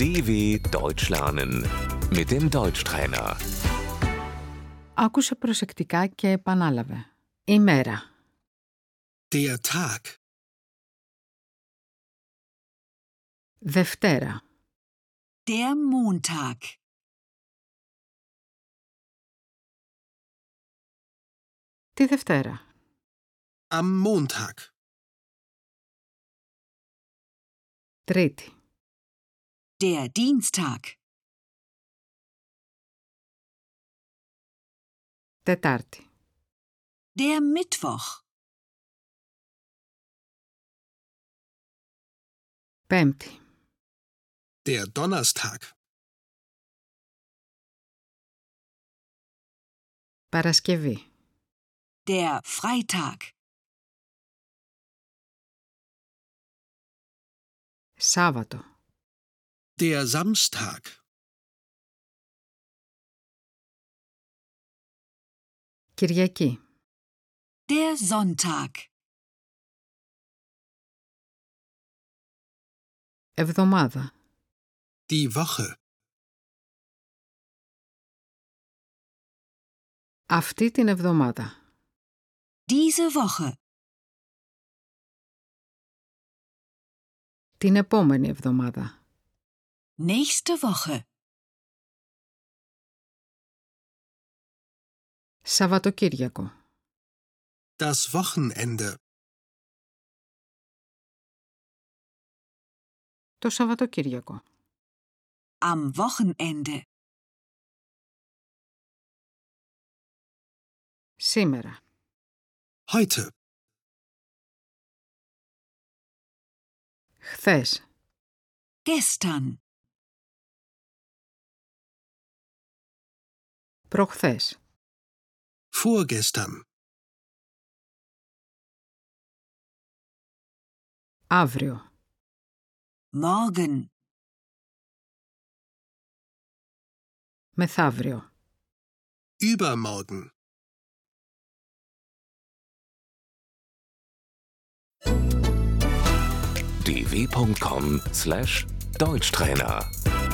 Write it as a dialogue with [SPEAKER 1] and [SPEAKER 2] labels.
[SPEAKER 1] DW Deutsch lernen mit dem Deutschtrainer.
[SPEAKER 2] Άκουσε προσεκτικά και επανάλαβε. Ημέρα.
[SPEAKER 3] Der Tag.
[SPEAKER 2] Δευτέρα.
[SPEAKER 4] Der Montag.
[SPEAKER 2] Τη Δευτέρα.
[SPEAKER 3] Am Montag.
[SPEAKER 2] Τρίτη.
[SPEAKER 4] Der Dienstag.
[SPEAKER 2] Τετάρτη.
[SPEAKER 4] Der Mittwoch.
[SPEAKER 2] Πέμπτη.
[SPEAKER 3] Der Donnerstag.
[SPEAKER 2] Παρασκευή.
[SPEAKER 4] Der Freitag.
[SPEAKER 2] Σάββατο.
[SPEAKER 3] Der Samstag.
[SPEAKER 2] Κυριακή.
[SPEAKER 4] Der Sonntag.
[SPEAKER 2] Εβδομάδα.
[SPEAKER 3] Die Woche.
[SPEAKER 2] Αυτή την εβδομάδα.
[SPEAKER 4] Diese Woche.
[SPEAKER 2] Την επόμενη εβδομάδα.
[SPEAKER 4] Nächste Woche.
[SPEAKER 2] Σαββατοκύριακο.
[SPEAKER 3] Das Wochenende.
[SPEAKER 2] Το Σαββατοκύριακο.
[SPEAKER 4] Am Wochenende.
[SPEAKER 2] Σήμερα.
[SPEAKER 3] Heute.
[SPEAKER 2] Χθες.
[SPEAKER 4] Gestern.
[SPEAKER 2] Προχθές.
[SPEAKER 3] Vorgestern.
[SPEAKER 2] Αύριο.
[SPEAKER 4] Morgen.
[SPEAKER 2] Μεθαύριο.
[SPEAKER 3] Übermorgen.
[SPEAKER 1] dw.com/deutschtrainer